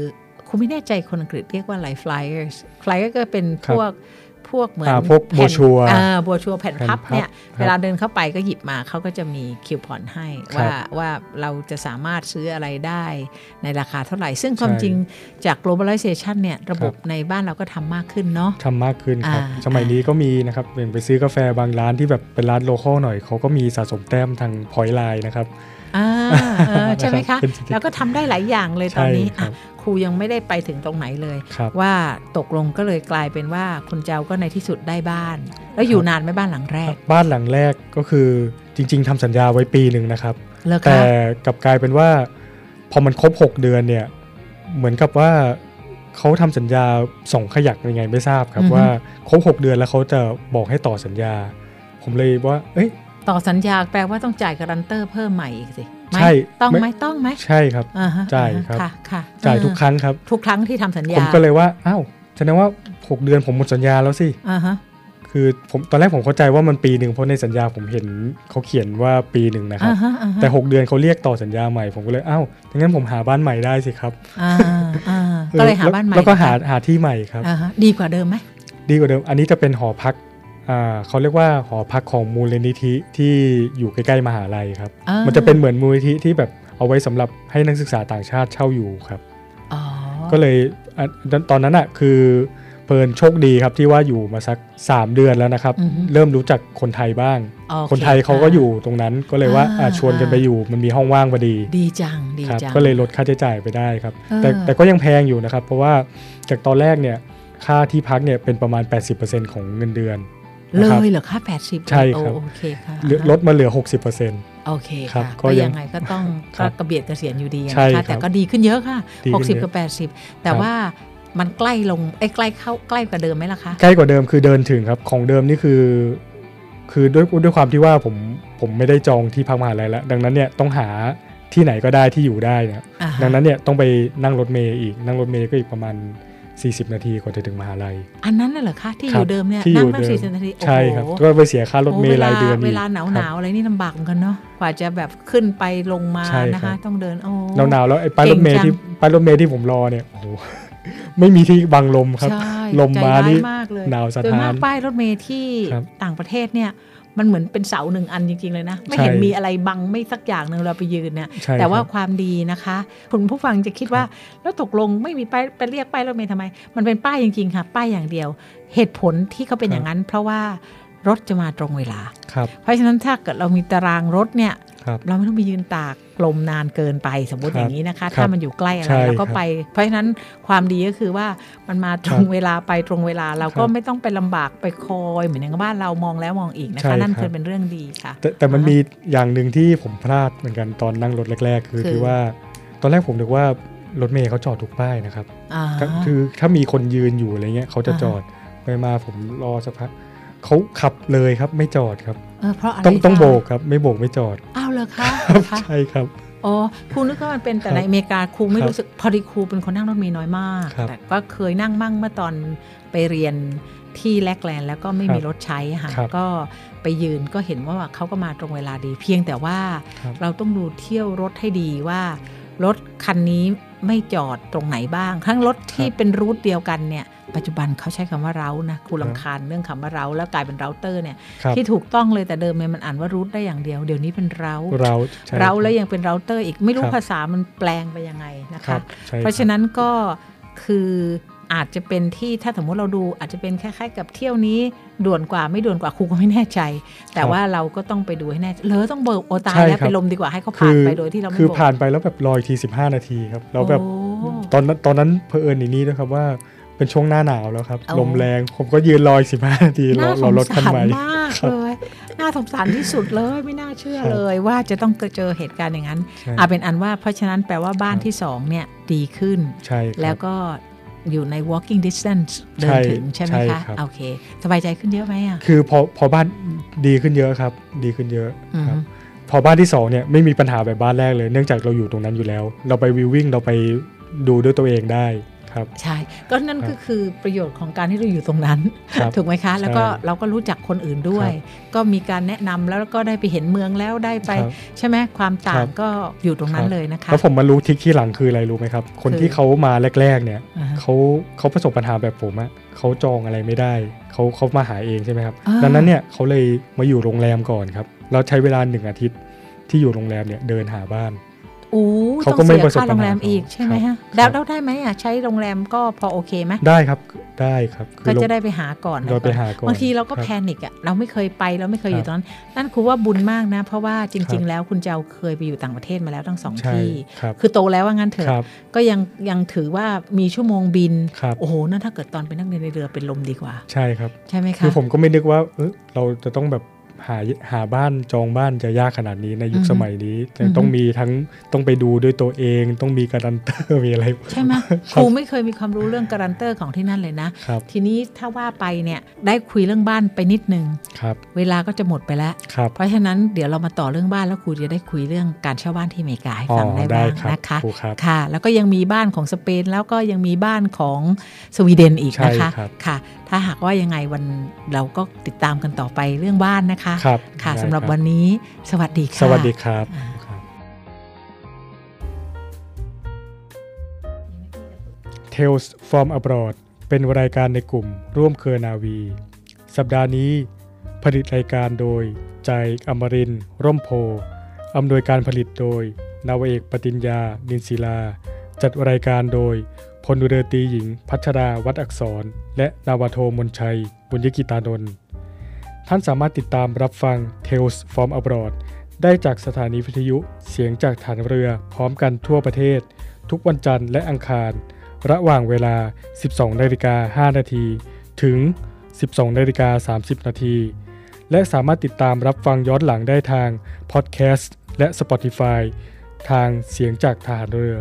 Speaker 4: คุณไม่แน่ใจคนอังกฤษเรียกว่าอะไร flyers flyer ก็เป็น
Speaker 5: ครั
Speaker 4: พ
Speaker 5: บ
Speaker 4: วกพวกเหมือน
Speaker 5: อ่าพวก
Speaker 4: แผ่น
Speaker 5: brochure
Speaker 4: อ่าบัวชัวแผ่น
Speaker 5: แผ่นพั
Speaker 4: พับบ เนี่ย
Speaker 5: ครับ
Speaker 4: เวลาเดินเข้าไปก็หยิบมาเขาก็จะมีคิวพอนให้
Speaker 5: ครับ
Speaker 4: ว่าว่าเราจะสามารถซื้ออะไรได้ในราคาเท่าไหร่ ซึ่งความ
Speaker 5: ใช่
Speaker 4: จริงจาก globalization เนี่ยระบบ
Speaker 5: ครับ
Speaker 4: ในบ้านเราก็ทำมากขึ้นเนาะ
Speaker 5: ทำมากขึ้นครับ
Speaker 4: อ่า
Speaker 5: สมัยนี้ก็มีนะครับอย่างไปซื้อกาแฟบางร้านที่แบบเป็นร้านโลคอลหน่อยเขาก็มีสะสมแต้มทางพอยไลน์นะครับ
Speaker 4: อ่าเออใช่ไหม
Speaker 5: ครั
Speaker 4: คะ
Speaker 5: บเป็นสิ่งที่
Speaker 4: แล้วก็ทำได้หลายอย่างเลยตอนนี้
Speaker 5: ใช่ครับ
Speaker 4: อ่ะครูยังไม่ได้ไปถึงตรงไหนเลย
Speaker 5: ครับ
Speaker 4: ว่าตกลงก็เลยกลายเป็นว่าคุณเจ้าก็ในที่สุดได้บ้าน แล้วอยู่นานไหมบ้านหลังแรก
Speaker 5: บ้านหลังแรกก็คือจริง ๆทำสัญญาไว้ปีหนึ่งนะครับ
Speaker 4: เลิก
Speaker 5: แต่
Speaker 4: แล้ว
Speaker 5: กลับกลายเป็นว่า พอมันครบ 6 เดือนเนี่ย เหมือนกับว่าเขาทำสัญญาส่งขยักยังไงไม่ทราบครับว่าครบ 6 เดือนแล้วเขาจะบอกให้ต่อสัญญา ผมเลยว่า เอ้ย
Speaker 4: ต่อสัญญาแปลว่าต้องจ่ายการันเตอร์เพิ่มใหม่อีกสิไหม
Speaker 5: ใช่
Speaker 4: ต้องไหม
Speaker 5: ไม่
Speaker 4: ต้องไหม
Speaker 5: ใช่ครับ
Speaker 4: อ่ฮะ
Speaker 5: จ่ายครับ
Speaker 4: อ่ฮะค่ะ
Speaker 5: จ่ายทุกค
Speaker 4: อ่
Speaker 5: รั้งครับ
Speaker 4: ทุกครั้งที่ทำสัญ
Speaker 5: ผ
Speaker 4: ญาม
Speaker 5: ก็เลยว่าอ้าวแสดงว่า 6 เดือนผมหมดสัญญาแล้วสิ
Speaker 4: อ่าฮะ
Speaker 5: คือผมตอนแรกผมเข้าใจว่ามันปีหนึ่งเพราะในสัญญาผมเห็นเขาเขียนว่าปีหนึ่งนะครับ
Speaker 4: อ่าฮะอ่าฮะ
Speaker 5: แต่ 6 เดือนเขาเรียกต่อสัญญาใหม่ผมก็เลยอ้าวงั้นผมหาบ้านใหม่ได้สิครับ
Speaker 4: อ่าอ่าก็เลยหา
Speaker 5: ออแว
Speaker 4: บ้านใหม่
Speaker 5: แล้วก็หาหาที่ใหม่ครับ
Speaker 4: อ่าฮะดีกว่าเดิมไหม
Speaker 5: ดีกว่าเดิม อันนี้จะเป็นหอพักอ่าเขาเรียกว่าหอพักของมูลนิธิที่อยู่ใกล้ๆมหาลัยครับ
Speaker 4: อ่า
Speaker 5: มันจะเป็นเหมือนมูลนิธิที่แบบเอาไว้สำหรับให้นักศึกษาต่างชาติเช่าอยู่ครับ
Speaker 4: อ๋อ
Speaker 5: ก็เลยอ่ะตอนนั้นอ่ะคือ เพลินโชคดีครับที่ว่าอยู่มาสัก 3 เดือนแล้วนะครับ
Speaker 4: อือฮึ
Speaker 5: เริ่มรู้จักคนไทยบ้าง
Speaker 4: โอเ
Speaker 5: คนไทยเขาก็อยู่ตรงนั้นก็เลยว่า
Speaker 4: อ่า
Speaker 5: อ่ะชวนกันไปอยู่มันมีห้องว่างพอดี
Speaker 4: ดีจังดี
Speaker 5: ครับ
Speaker 4: จัง
Speaker 5: ก็เลยลดค่าใช้จ่ายไปได้ครับ
Speaker 4: เออ
Speaker 5: แต่แต่ก็ยังแพงอยู่นะครับ เพราะว่าจากตอนแรกเนี่ยค่าที่พักเนี่ยเป็นประมาณ 80%ของเงินเดือน
Speaker 4: เล
Speaker 5: นะครับ
Speaker 4: ยเหรอค่าแปดสิบ
Speaker 5: ใช่ครับ
Speaker 4: โอเคค่ะ
Speaker 5: เหลือลดมาเหลือ 60%
Speaker 4: โอเค
Speaker 5: ครั
Speaker 4: ค่ะ
Speaker 5: บก็
Speaker 4: ก็
Speaker 5: ยั
Speaker 4: ยัง งไงก็ต้อง
Speaker 5: ครับ
Speaker 4: ก็กระเบียดกระเสียนอยู่ดี
Speaker 5: ใช่
Speaker 4: นะ
Speaker 5: ครั
Speaker 4: คะ
Speaker 5: บ
Speaker 4: แต่ก็ดีขึ้นเยอะค่ะ
Speaker 5: ดีขึ้นเย
Speaker 4: 60
Speaker 5: อะ
Speaker 4: กับ 80 แต่
Speaker 5: ครับ
Speaker 4: ว่ามันใกล้ลงไอ้ยใกล้เข้าใกล้กว่าเดิมไหมล่ะคะ
Speaker 5: ใกล้กว่าเดิมคือเดินถึงครับของเดิมนี่คือ คือด้วยด้วยความที่ว่าผมผมไม่ได้จองที่พักมหาลัยแล้วดังนั้นเนี่ยต้องหาที่ไหนก็ได้ที่อยู่ได้เนี่ย
Speaker 4: อ่าฮะ
Speaker 5: ดังนั้นเนี่ยต้องไปนั่งรถเมย์อีกนั่งรถเมย์ก็อีกประมาณ 40 นาทีกว่าจะถึงมหาลัย
Speaker 4: อันนั้นน่ะเหรอคะที่อ
Speaker 5: ครับ
Speaker 4: ยู่เดิมเนี่ย
Speaker 5: ที่อ
Speaker 4: นั่
Speaker 5: ยู่
Speaker 4: งตั้ง
Speaker 5: เดิม
Speaker 4: สี่สิบนาทีโอ้โห
Speaker 5: ใช่ครับ ก็ไปเสียค่ารถเม
Speaker 4: โอ้
Speaker 5: ย์รายเดือนอีก
Speaker 4: เวลาหนาวห
Speaker 5: ครั
Speaker 4: นา
Speaker 5: บ
Speaker 4: วอะไรนี่ลำบากเหมือนกันเนาะกว่าจะแบบขึ้นไปลงมา
Speaker 5: ใช่
Speaker 4: นะ
Speaker 5: ครั
Speaker 4: คะ
Speaker 5: บ
Speaker 4: ต้องเดินโอ้
Speaker 5: หนาวหนาวๆแล้วไอ้ป้ายรถเมย์
Speaker 4: เก่งจัง
Speaker 5: ที่ป้ายรถเมย์ที่ผมรอเนี่ยโอ้โห ไม่มีที่บังลมครับ
Speaker 4: ใช่
Speaker 5: ลมมานี่
Speaker 4: ใจร้ยกเลย
Speaker 5: หนาวสะ
Speaker 4: โดย
Speaker 5: ท้าน
Speaker 4: มากป้ายรถเมล์ที่
Speaker 5: ครับ
Speaker 4: ต่างประเทศเนี่ย มันเหมือนเป็นเสาหนึ่งอันจริง ๆ เลยนะ ไม่
Speaker 5: ใช่
Speaker 4: เห็นมีอะไรบังไม่สักอย่างหนึ่งเราไปยืนเนี่ย
Speaker 5: ใช่ครับ
Speaker 4: แต่ว่าความดีนะคะ คุณผู้ฟังจะคิดว่า แล้วตกลงไม่มีป้ายไปเรียกป้ายรถเมล์ทำไม มันเป็นป้ายจริง ๆ ค่ะ ป้ายอย่างเดียว เหตุผลที่เขาเป็น
Speaker 5: ครับ
Speaker 4: อย่างนั้น เพราะว่ารถจะมาตรงเวลา
Speaker 5: ครับ
Speaker 4: เพราะฉะนั้นถ้าเกิดเรามีตารางรถเนี่ย
Speaker 5: ครับ
Speaker 4: เราไม่ต้องไปยืนตากลมนานเกินไปสมมติ
Speaker 5: ค
Speaker 4: อบ
Speaker 5: รั
Speaker 4: ย่างนี้นะคะ
Speaker 5: ครั
Speaker 4: ถ้า
Speaker 5: บ
Speaker 4: มันอยู่ใกล้อะไร
Speaker 5: ใช่
Speaker 4: เราก็
Speaker 5: ครับ
Speaker 4: ไป เพราะฉะนั้นความดีก็คือว่ามันมาตร
Speaker 5: ครั
Speaker 4: ง
Speaker 5: บ
Speaker 4: เวลาไปตรงเวลาเราก็
Speaker 5: ครับ
Speaker 4: ไม่ต้องไปลำบากไปคอยเหมือนอย่างบ้านเรามองแล้วมองอีกนะ
Speaker 5: ใช่
Speaker 4: คะ นั่น
Speaker 5: ครับ
Speaker 4: คือเป็นเรื่องดีค่ะ
Speaker 5: แต่แต่มัน
Speaker 4: อ่าฮะ
Speaker 5: มีอย่างหนึ่งที่ผมพลาดเหมือนกันตอนนั่งรถแรก ๆ
Speaker 4: คื
Speaker 5: คือ
Speaker 4: อ
Speaker 5: ที่ว่า ตอนแรกผมนึกว่ารถเมย์เขาจอดทุกป้ายนะครับ
Speaker 4: อ่า
Speaker 5: ก็คือถ้ามีคนยืนอยู่อะไรเงี้ยเขาจะ
Speaker 4: อ่าฮะ
Speaker 5: จอดไปมาผมรอสักพักเขาขับเลยครับไม่จอดครับ
Speaker 4: เออเพราะอะไร
Speaker 5: ต้องต้อง
Speaker 4: คะ
Speaker 5: โบกครับ ไม่โบกไม่จอด
Speaker 4: อ้าวเลยคะ
Speaker 5: ครับ
Speaker 4: คะ
Speaker 5: ใช่ครับ
Speaker 4: อ๋อครูนึกว่ามันเป็นแต่
Speaker 5: ครับ
Speaker 4: ในอเมริกาครูไม่
Speaker 5: ครับ
Speaker 4: รู้สึกพอดีครูเป็นคนนั่งรถเมล์น้อยมาก
Speaker 5: ครับ
Speaker 4: แต่ก็เคยนั่งมั่งเมื่อตอนไปเรียนที่แลกแลนด์แล้วก็ไม่มี
Speaker 5: ครับ
Speaker 4: รถใช้อะค่ะ
Speaker 5: ครับ
Speaker 4: ก็ไปยืนก็เห็นว่าเขาก็มาตรงเวลาดีเพียงแต่ว่า
Speaker 5: ครับ
Speaker 4: เราต้องดูเที่ยวรถให้ดีว่า รถคันนี้ไม่จอดตรงไหนบ้าง ทั้งรถที่
Speaker 5: ครับ
Speaker 4: เป็นรูทเดียวกันเนี่ย ปัจจุบันเขาใช้คำว่าเรานะครู
Speaker 5: ครับ
Speaker 4: ลำคาญเรื่องคำว่าเราแล้วกลายเป็นเราเตอร์เนี่ย
Speaker 5: ครับ
Speaker 4: ที่ถูกต้องเลยแต่เดิมเนี่ยมันอ่านว่ารูทได้อย่างเดียว เดี๋ยวนี้เป็นเรา
Speaker 5: เราใช่
Speaker 4: เราแล้วยังเป็นเราเตอร์อีกไม่รู้
Speaker 5: ครับ
Speaker 4: ภาษามันแปลงไปยังไงนะ
Speaker 5: ครั
Speaker 4: คะ
Speaker 5: บใช่
Speaker 4: เพราะ
Speaker 5: คบ
Speaker 4: ฉะนั้นก็คืออาจจะเป็นที่ถ้าสมมติเราดูอาจจะเป็นคล้ายๆกับเที่ยวนี้ด่วนกว่าไม่ด่วนกว่าครูก็ไม่แน่ใจ แต่
Speaker 5: ครับ
Speaker 4: ว่าเราก็ต้องไปดูให้แน่ใจเลอต้องเบิกโอตาย
Speaker 5: ใช่
Speaker 4: แล้ว
Speaker 5: ครับ
Speaker 4: ไปลมดีกว่าให้เขาผ่านไปโดยที่เราไม่
Speaker 5: คือ
Speaker 4: บอก
Speaker 5: ผ่านไปแล้วแบบรออีกทีสิบห้านาทีครับแล้วแบบ
Speaker 4: โอ้
Speaker 5: ตอนนั้นตอนนั้นเพอเอิญอย่างนี้ด้วยครับว่าเป็นช่วงหน้าหนาวแล้วครับ
Speaker 4: โอ้
Speaker 5: ลมแรงผมก็ยืนรอสิบห้านาทีรอ
Speaker 4: น่าส
Speaker 5: รอง รถคัน
Speaker 4: สาร
Speaker 5: ใหม่
Speaker 4: มากเลยน่าสงสารที่สุดเลยไม่น่าเชื่อ
Speaker 5: ครับ
Speaker 4: เลยว่าจะต้องเจอเหตุการณ์อย่างนั้น
Speaker 5: ใช่
Speaker 4: อ่ะเป็นอันว่าเพราะฉะนั้นแปลว่าบ้านที่สองเนี่ยดีขึ้น
Speaker 5: ใช่ครับ
Speaker 4: แล้วก็อยู่ใน walking distance เดินถึงใช่ไหม
Speaker 5: ใช่
Speaker 4: คะ
Speaker 5: ครับ
Speaker 4: โอเค สบายใจขึ้นเยอะไหมอ่ะ
Speaker 5: คือพอพอบ้านดีขึ้นเยอะครับ ดีขึ้นเยอะครั
Speaker 4: อื
Speaker 5: บ
Speaker 4: ม
Speaker 5: พอบ้านที่สองเนี่ยไม่มีปัญหาแบบบ้านแรกเลย เนื่องจากเราอยู่ตรงนั้นอยู่แล้ว เราไปวิววิ่งเราไปดูด้วยตัวเองได้ครับ
Speaker 4: ใช่ ก็นั่น
Speaker 5: ครับ
Speaker 4: ก็คือประโยชน์ของการที่เราอยู่ตรงนั้น
Speaker 5: ครับ
Speaker 4: ถูกไหมคะ แล้วก็
Speaker 5: ใช่
Speaker 4: เราก็รู้จักคนอื่นด้วย ก็มีการแนะนำแล้วก็ได้ไปเห็นเมืองแล้วได้ไป
Speaker 5: ครับ
Speaker 4: ใช่ไหมความต่า
Speaker 5: ครั
Speaker 4: ง
Speaker 5: บ
Speaker 4: ก็อยู่ตรงนั้นเลยนะคะ
Speaker 5: แล้วผมมารู้ทริกที่หลังคืออะไรรู้ไหมครับ คน
Speaker 4: คือ
Speaker 5: ที่เขามาแรก ๆ เนี่ย
Speaker 4: อ่าฮะ
Speaker 5: เขาเขาประสบปัญหาแบบผมอะเขาจองอะไรไม่ได้เขาเขามาหาเองใช่ไหมครับ
Speaker 4: อ่า
Speaker 5: ดังนั้นเนี่ยเขาเลยมาอยู่โรงแรมก่อนครับแล้วใช้เวลาหนึ่งอาทิตย์ที่อยู่โรงแรมเนี่ยเดินหาบ้าน
Speaker 4: โอ้
Speaker 5: เขา
Speaker 4: ต้
Speaker 5: ก็
Speaker 4: อง
Speaker 5: ไม่
Speaker 4: เสีย
Speaker 5: ประสบ
Speaker 4: ค่าโรงแรม
Speaker 5: ปัญหา
Speaker 4: อีกใช่ไหมฮะ
Speaker 5: ครับ
Speaker 4: แล้วแล้วได้ไหมอ่ะใช้โรงแรมก็พอโอเคไหม
Speaker 5: ได้ครับได้ครับคือ
Speaker 4: ก็
Speaker 5: ลง
Speaker 4: จะได้ไปหาก่อน
Speaker 5: เราไปหาก่อน
Speaker 4: บางทีเราก็
Speaker 5: ครับ
Speaker 4: แพนิคอ่ะเราไม่เคยไปเราไม่เคยอ
Speaker 5: ครั
Speaker 4: ยู่
Speaker 5: บ
Speaker 4: ตรงนั้น นั่นคือว่าบุญมากนะ เพราะว่าจ
Speaker 5: ครั
Speaker 4: ริง
Speaker 5: บ
Speaker 4: ๆ แล้วคุณเจ้าเคยไปอยู่ต่างประเทศมาแล้วทั้งสอง
Speaker 5: ใช่
Speaker 4: ที่
Speaker 5: ครับ
Speaker 4: คือโตแล้วว่างั้นเถ
Speaker 5: ค
Speaker 4: อะ
Speaker 5: รับ
Speaker 4: ก็ยังยังถือว่ามีชั่วโมงบิน
Speaker 5: ครับ
Speaker 4: โอ้โห นั่นถ้าเกิดตอนเป็นนักเรียนในเรือเป็นลมดีกว่า
Speaker 5: ใช่ครับ
Speaker 4: ใช่ไหมคะ
Speaker 5: คือผมก็ไม่นึกว่าเออเราจะต้องแบบหาหาบ้านจองบ้านจะยากขนาดนี้ในยุค
Speaker 4: อือฮึ
Speaker 5: สมัยนี้
Speaker 4: อื
Speaker 5: แต่
Speaker 4: อฮึ
Speaker 5: ต้องมีทั้งต้องไปดูด้วยตัวเอง ต้องมีการันเตอร์มี อะไร
Speaker 4: ใช่ไหมครูไม่เคยมีความรู้เรื่องการันเตอร์ของที่นั่นเลยนะ
Speaker 5: ครับ
Speaker 4: ทีนี้ถ้าว่าไปเนี่ยได้คุยเรื่องบ้านไปนิดนึง
Speaker 5: ครับ
Speaker 4: เวลาก็จะหมดไปแล้ว
Speaker 5: ครับ
Speaker 4: เพราะฉะนั้นเดี๋ยวเรามาต่อเรื่องบ้านแล้วครูจะได้คุยเรื่องการเช่าบ้านที่อเมริกาให้
Speaker 5: อ๋อ
Speaker 4: ฟังได้
Speaker 5: ได้
Speaker 4: บ้าง
Speaker 5: ครับ
Speaker 4: นะคะ
Speaker 5: ครูครับ
Speaker 4: ค่ะ แล้วก็ยังมีบ้านของสเปนแล้วก็ยังมีบ้านของสวีเดนอีกนะ
Speaker 5: ใช่
Speaker 4: คะ
Speaker 5: ครับ
Speaker 4: ค่ะ ถ้าหากว่ายังไงวันเราก็ติดตามกันต่อไปเรื่องบ้านนะคะ
Speaker 5: ครับ
Speaker 4: ค่ะ
Speaker 5: ได้
Speaker 4: สำหรับ
Speaker 5: ค
Speaker 4: วันนี้ สวัสดีค่ะ
Speaker 5: สวัสดีครับ
Speaker 4: อ่า
Speaker 5: ครับ Tales from abroad เป็นรายการในกลุ่มร่วมเครือนาวี สัปดาห์นี้ ผลิตรายการโดย ใจอมรินทร์ร่มโพธิ์อำนวยการผลิตโดย นาวาเอกปฏิญญา นินศิลา จัดรายการโดย พลเรือตรีหญิง พัชราวัดอักษร และนาวาโทมนชัย บุญยกิตานนท์ท่านสามารถติดตามรับฟัง Tales from Abroad ได้จากสถานีวิทยุเสียงจากฐานเรือพร้อมกันทั่วประเทศ ทุกวันจันทร์และอังคาร ระหว่างเวลา 12นาฬิกา5นาทีถึง 12นาฬิกา30 นาที และสามารถติดตามรับฟังย้อนหลังได้ทางพอดแคสต์และ Spotify ทางเสียงจากฐานเรือ